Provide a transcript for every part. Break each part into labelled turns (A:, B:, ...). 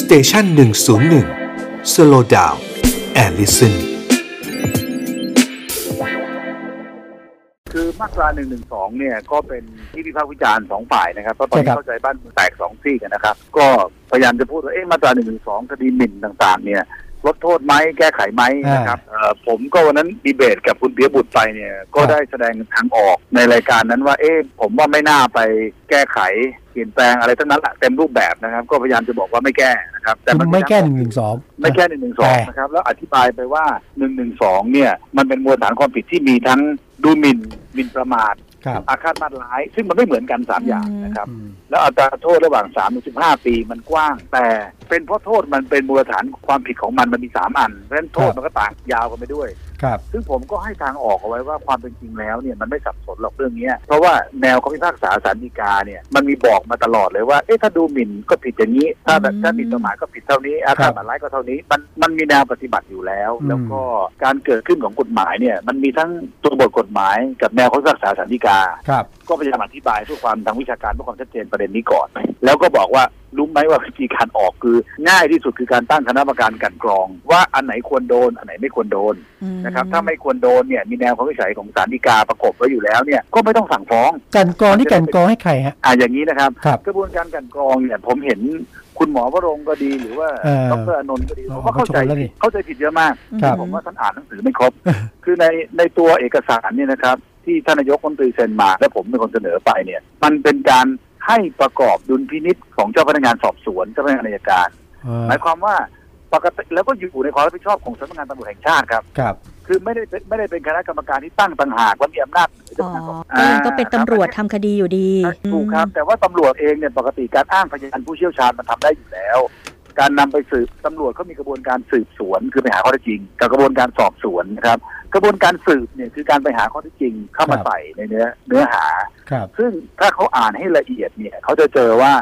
A: สเตชันหนึ่งศูนย์หนึ่งสโลดาวแอลลิสัน
B: คือมาตรา1นึเนี่ย ก็เป็นที่วิพากษ์วิจารณ์สองฝ่ายนะครับเพราะตอน
C: ใช่ค
B: นี้
C: รับ
B: เข้าใจบ้านเมืองแตกสองซี่กันนะครับ ก็พยายามจะพูดว่าเอ๊ะมาตรา1นึคดีหมิ่นต่างๆ เนี่ย ลดโทษไหมแก้ไขไหมนะครับเอ่อผมก็วันนั้นดีเบตกับคุณเปียบุตรไปเนี่ย ก็ได้แสดงทางออกในรายการนั้นว่า เอ๊ะผมว่าไม่น่าไปแก้ไขเปลี่ยนแปลงอะไรทั้งนั้นแหละเต็มรูปแบบนะครับ ก็พยายามจะบอกว่าไม่แก้นะครับแต่
C: คื
B: น
C: อไม่แก้หนึ่งหนึ่งสอง
B: ไม่แค่หนึ่งหนึ่งสองนะครับ แล้วอธิบายไปว่าหนึ่งหนึ่งสองเนี่ย มันเป็นมวลฐานความผิดที่มีทั้งดูหมิ่นหมิ่นประมาท
C: ครับ
B: อาฆาตมาตร้าย ซึ่งมันไม่เหมือนกันสาม
D: อืม
B: อย่างนะครับ แล้วอัตราโทษระหว่างสามถึงสิบห้าปีมันกว้าง แต่เป็นเพราะโทษมันเป็นมูลฐานความผิดของมันมันมีสามอันเพราะฉะนั้นโทษ
C: ค
B: มั
C: รับ
B: นก็ต่างยาวกันไปด้วย
C: ครับ
B: ซึ่งผมก็ให้ทางออกเอาไว้ว่าความเป็นจริงแล้วเนี่ยมันไม่สับสนหรอกเรื่องเนี้ยเพราะว่าแนวคำพิพากษาสารดีกาเนี่ยมันมีบอกมาตลอดเลยว่าเอ๊ะถ้าดูหมิ่นก็ผิดอย่างนี้ ถ้าแบบ
D: อืม
B: ถ้าหมิ่นประมาทก็ผิดเท่านี้อาฆาตมาร้ายก็เท่านี้มันมันมีแนวปฏิบัติอยู่แล้ว แล้วก็การเกิดขึ้นของกฎหมายเนี่ยมันมีทั้งตัวบทกฎหมายกับแนวคำพิพากษาสารดีกา
C: ครับ
B: ก็พยายามอธิบายเพื่อความทางวิชาการเพื่อความชัดเจนประเด็นนี้ก่อน แล้วก็บอกว่ารู้ไหมว่าวิธีการออกคือง่ายที่สุดคือการตั้งคณะกรรมการกลันกรอง ว่าอันไหนควรโดนอันไหนไม่ควรโดน
D: อื
B: นะครับถ้าไม่ควรโดนเนี่ยมีแนวความวิจัยของศาลฎีกาประกบไว้อยู่แล้วเนี่ยก็ไม่ต้องสั่งฟ้อง
C: กันกรองนี่กันกรองให้ใครฮะ
B: อ่าอย่างนี้นะครับ
C: ครับ
B: กระบวนการกลันกรองเนี่ยผมเห็นคุณหมอวรงค์ก็ดีหรือว่า
C: เอ่อ
B: ดรอนนท์ก็ดี
C: หม
B: ผ
C: อ
B: มว่าเข้าใจ
C: ประชดแล้วนี่
B: ผิดเข้าใจผิดเยอะมาก
C: ครับ
B: ผมว่าท่านอ่านหนังสือไม่ครบ คือในในตัวเอกสารเนี่ยนะครับ ที่ท่านนายกรัฐมนตรีเซ็นมาและผมเป็นคนเสนอไปเนี่ย มันเป็นการให้ประกอบดุลพินิษของเจ้าพนักงานสอบสวนเจ้าพนักงานอัยการ
C: เอ่อ
B: หมายความว่าปกติแล้วก็อยู่ในความรับผิดชอบของสำนักงานตำรวจแห่งชาติครับ
C: ครับ
B: คือไม่ได้เป็นไม่ได้เป็นคณะกรรมการที่ตั้งต่างหากว่ามีอำนาจเหนือเจ้าพนัก
D: อ๋อ
B: งานสอบสวน
D: ก็ยังก็เป็นตำรวจ
B: อ่า
D: ทำคดีอยู่ดี
B: ถูกครับแต่ว่าตำรวจเองเนี่ยปกติการอ้างพยานผู้เชี่ยวชาญมันทำได้อยู่แล้ว การนำไปสืบตำรวจเขามีกระบวนการสืบสวน คือไปหาข้อเท็จจริง กับกระบวนการสอบสวนนะครับกระบวนการสืบเนี่ยคือการไปหาข้อเท็จจริงเข้ามา
C: ครับ
B: ใส่ในเนื้อเนื้อหา
C: ครับ
B: ซึ่งถ้าเขาอ่านให้ละเอียดเนี่ยเขาจะเจอว่า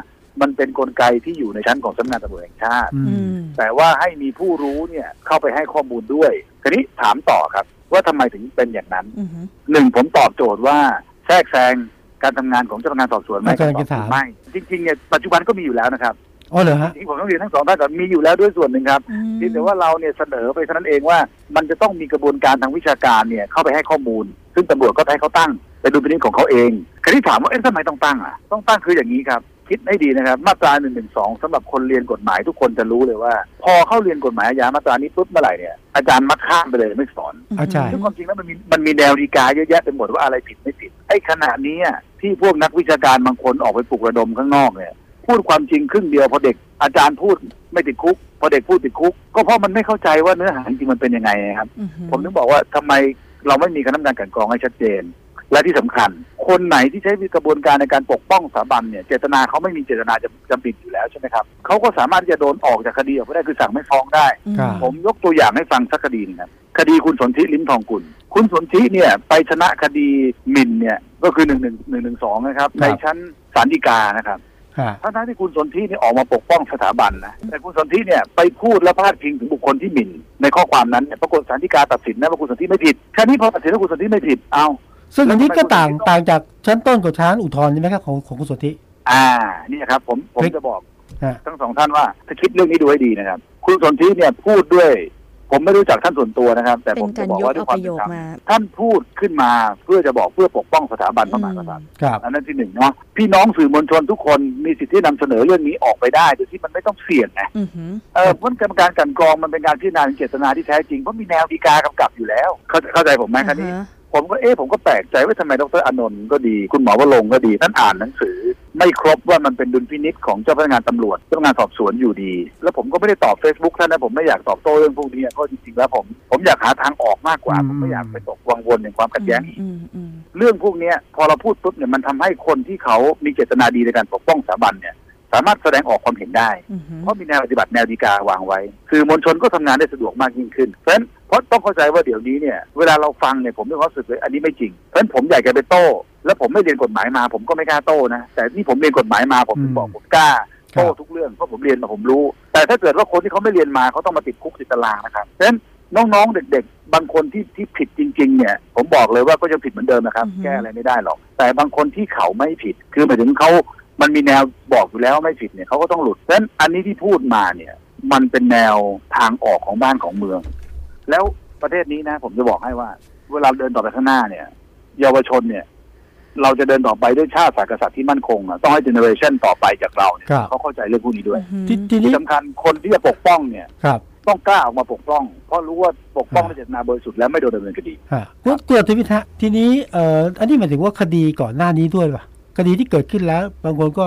B: มันเป็นกลไกที่อยู่ในชั้นของสำนักงานตำรวจแห่งชาติ
C: อื
D: อื
C: ม
D: ม
B: แต่ว่าให้มีผู้รู้เนี่ยเข้าไปให้ข้อมูลด้วยทีนี้ถามต่อครับ ว่าทำไมถึงเป็นอย่างนั้น
D: อืมฮึ
B: หนึ่งผมตอบโจทย์ว่าแทรกแซงการทำงานของเจ้าพนักงานสอบสวนไหม
C: อาจารย์จะถาม
B: ไม่จริงๆเนี่ยปัจจุบันก็มีอยู่แล้วนะครับ
C: อ๋อเหรอฮะ
B: จริงๆผมต้องเรียนทั้งสองท่านก่อนมีอยู่แล้วด้วยส่วนหนึ่งครับเพียงแต่ว่าเราเนี่ยเสนอไปเท่านั้นเองว่า มันจะต้องมีกระบวนการทางวิชาการเนี่ยเข้าไปให้ข้อมูล ซึ่งตำรวจก็ให้เขาตั้งเป็นดุลพินิจของเขาเองคราวนี้ถามว่าเอ๊ะทำไมต้องตั้งอ่ะต้องตั้งคืออย่างนี้ครับ คิดให้ดีนะครับ มาตราหนึ่งหนึ่งสองสำหรับคนเรียนกฎหมายทุกคนจะรู้เลยว่า พอเข้าเรียนกฎหมายอาญามาตรานี้ปุ๊บเมื่อไหร่เนี่ยอาจารย์มักข้ามไปเลยไม่สอน
C: เอาใช่
B: ซึ่งความจริงแล้วมันมีมันมีแนวดีกาเยอะแยะไปหมดว่าอะไรผิดไม่ผิดไอ้ขณะเนี้ยที่พวกนักวิชาการบางคนออกไปปลุกระดมข้างนอกเนี่ยพูดความจริงครึ่งเดียวพอเด็กอาจารย์พูดไม่ติดคุกพอเด็กพูดติดคุก ก็เพราะมันไม่เข้าใจว่าเนื้อหาจริงๆมันเป็นยังไงครับ ผมถึงบอกว่าทำไมเราไม่มีคณะกรรมการกลันกรองให้ชัดเจน และที่สำคัญ คนไหนที่ใช้กระบวนการในการปกป้องสถาบันเนี่ยเจตนาเขาไม่มีเจตนาจะจำปิดอยู่แล้วใช่ไหมครับเขาก็สามารถที่จะโดนออกจากคดีออกไปได้คือสั่งไม่ฟ้องได้
C: ครับ
B: ผมยกตัวอย่างให้ฟังสักคดีหนะครับคดีคุณสนธิลิ้มทองกุล คุณสนธิเนี่ยไปชนะคดีหมิ่นเนี่ยก็คือหนึ่งหนึ่งหนึ่งหนึ่งสองนะครับ
C: ครั
B: ใน
C: บ
B: ชั้นศาลฎีกานะครับ
C: ฮะ
B: ทั้งๆที่คุณสนธิเนี่ยออกมาปกป้องสถาบันนะแต่คุณสนธิเนี่ยไปพูดและพาดพิงถึงบุคคลที่หมิ่น ในข้อความนั้นเนี่ยปรากฏศาลฎีกาตัดสินนะว่าคุณสนธิไม่ผิดแค่นี้พอตัดสินว่าคุณสนธิไม่ผิดเอา
C: ซึ่งอันนี้ก็ต่างต่างจากชั้นต้นกับชั้นอุทธรณ์ใช่ไหมครับของของคุณสุทธิ
B: อ่านี่ครับผมผม
C: เฮ้ย
B: จะบอก
C: ฮะ
B: ทั้งสองท่านว่าถ้าคิดเรื่องนี้ดูให้ดีนะครับ คุณสนธิเนี่ยพูดด้วย ผมไม่รู้จักท่านส่วนตัวนะครับ แต่
D: เป็
B: ผม
D: น
B: จะ
D: การ
B: บอก
D: ยก
B: ว่าด้วยค
D: เอา
B: วา
D: ป
B: ม
D: ระโย
B: เป็นธ
D: ค
B: รรม
D: มา
B: ท่านพูดขึ้นมาเพื่อจะบอกเพื่อปกป้องสถาบันพระมหากษัตริย์
C: ครับ
B: อันนั้นที่หนึ่งเนาะพี่น้องสื่อมวลชนทุกคนมีสิทธิที่นำเสนอเรื่องนี้ออกไปได้โดยที่มันไม่ต้องเสี่ยงไง
D: อืมฮึ
B: เออพ้นกรรมการกลันกรองมันเป็นการพิจารณาถึงเจตนาที่แท้จริงเพราะมีแนวดีกากำกับอยู่แล้วเข้าเข้าใจผมไหมครับนี่
D: อ่าฮะ
B: ผมก็เอ๊ะผมก็แปลกใจว่าทำไมดรอานนท์ก็ดี คุณหมอวรงค์ก็ดีท่านอ่านหนังสือ ไม่ครบว่ามันเป็นดุลพินิษของเจ้าพนักงานตำรวจเจ้าพนักงานสอบสวนอยู่ดี แล้วผมก็ไม่ได้ตอบ Facebook ท่านนะผมไม่อยากตอบโต้เรื่องพวกนี้ก็จริงๆแล้วผมผมอยากหาทางออกมากกว่าผมไม่อยากไปตกวังวนในความขัดแย้ง
D: อืมอืม
B: เรื่องพวกเนี้ยพอเราพูดปุ๊บเนี่ยมันทำให้คนที่เขามีเจตนาดีในการปกป้องสถาบันเนี่ยสามารถแสดงออกความเห็นได้
D: อืมฮึ
B: เพราะมีแนวปฏิบัติแนวดีกาวางไว้ คือมวลชนก็ทำงานได้สะดวกมากยิ่งขึ้น เพราะฉะนั้นเพราะต้องเข้าใจว่าเดี๋ยวนี้เนี่ยเวลาเราฟังเนี่ยผมมีความรู้สึกเลยอันนี้ไม่จริง เพราะฉะนั้นผมอยากจะไปโต้ แล้วผมไม่เรียนกฎหมายมา ผมก็ไม่กล้าโต้นะ แต่นี่ผมเรียนกฎหมายมาผมถึงบอก
C: อืม
B: ผมกล้าโต้
C: ครับ
B: ทุกเรื่องเพราะผมเรียนมาผมรู้ แต่ถ้าเกิดว่าคนที่เขาไม่เรียนมาเขาต้องมาติดคุกติดตารางนะครับเพราะฉะนั้นน้องๆเด็ก ๆ บางคนที่ที่ผิดจริงๆเนี่ยผมบอกเลยว่าก็ยังผิดเหมือนเดิมนะครับแก้อะไรไม่ได้หรอก แต่บางคนที่เขาไม่ผิดคือหมายถึงเขา มันมีแนวบอกอยู่แล้วไม่ผิดเนี่ยเขาก็ต้องหลุดเพราะฉะนั้นอันนี้ที่พูดมาเนี่ย มันเป็นแนวทางออกของบ้านของเมือง แล้วประเทศนี้นะ ผมจะบอกให้ว่า เวลาเดินต่อไปข้างหน้าเนี่ย เยาวชนเนี่ย เราจะเดินต่อไปด้วยชาติศาสตร์กษัตริย์ที่มั่นคงอะต้องให้เจเนอเรชันต่อไปจากเราเนี่ย
C: ครับ
B: เขาเข้าใจเรื่องพวกนี้ด้วย
D: อืม
C: ทีที
B: ที่
C: นี้
B: สำคัญคนที่จะปกป้องเนี่ย
C: ครับ
B: ต้องกล้าออกมาปกป้อง เพราะรู้ว่าปกป้องด้วยเจตนาบริสุทธิ์และไม่โดนดำเนินคดี
C: ฮะคุณคุณอธิวิทย์ฮะทีนี้เอ่ออันนี้หมายถึงว่าคดีก่อนหน้านี้ด้วยป่ะคดีที่เกิดขึ้นแล้ว บางคนก็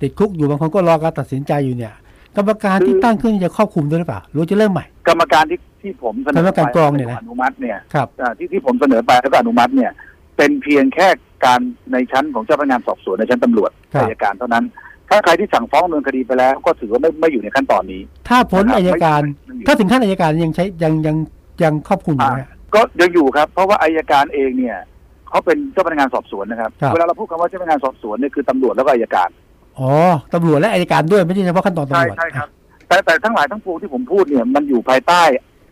C: ติดคุกอยู่บางคนก็รอการตัดสินใจอยู่เนี่ย กรรมการที่ตั้งขึ้นจะครอบคลุมด้วยหรือเปล่าหรือจะเริ่มใหม่
B: กรรมการที่ที่ผมเสนอ
C: คณะกรรมการกรองเนี่ยนะ
B: อนุมัติเนี่ย
C: ครับ
B: อ่าที่ที่ผมเสนอไปแล้วก็อนุมัติเนี่ย เป็นเพียงแค่การในชั้นของเจ้าพนักงานสอบสวนในชั้นตำรวจ
C: ครั
B: อั
C: บ
B: ยการเท่านั้น ถ้าใครที่สั่งฟ้องดำเนินคดีไปแล้ว ก็ถือว่าไม่ไม่อยู่ในขั้นตอนนี้
C: ถ้าพ้น
B: นะครับ
C: อายการ
B: ไม่มี
C: ถ้าถึงขั้นอายการยังใช้ยังยังยังครอบคลุมอยู่ไหมฮะ
B: ก็ยังอยู่ครับ เพราะว่าอายการเองเนี่ยเขาเป็นเจ้าพนักงานสอบสวนนะครับ
C: ครับ
B: เวลาเราพูดคำว่าเจ้าพนักงานสอบสวนเนี่ยคือตำรวจแล้วก็อายการ
C: อ๋อตำรวจและอายการด้วยไม่ใช่เฉพาะขั้นตอนตำรวจ
B: แต่แต่ทั้งหลายทั้งปวงที่ผมพูดเนี่ยมันอยู่ภายใต้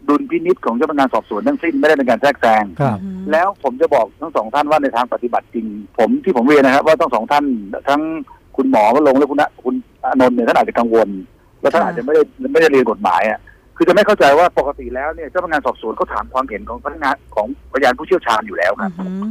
B: ดุลพินิจของเจ้าพนักงานสอบสวนทั้งสิ้นไม่ได้เป็นการแทรกแซง
C: ครับ
D: อืม
B: แล้วผมจะบอกทั้งสองท่านว่าในทางปฏิบัติจริง ผมที่ผมเรียนนะครับว่าทั้งสองท่านทั้งคุณหมอวรงค์และคุณณคุณอนนท์เนี่ยท่านอาจจะกังวล และท่าน
D: ค่ะ
B: อาจจะไม่ได้ไม่ได้เรียนกฎหมายอ่ะคือจะไม่เข้าใจว่าปกติแล้วเนี่ยเจ้าพนักงานสอบสวนเขาถามความเห็นของพนักงานของพยานผู้เชี่ยวชาญอยู่แล้วครับ
D: อืม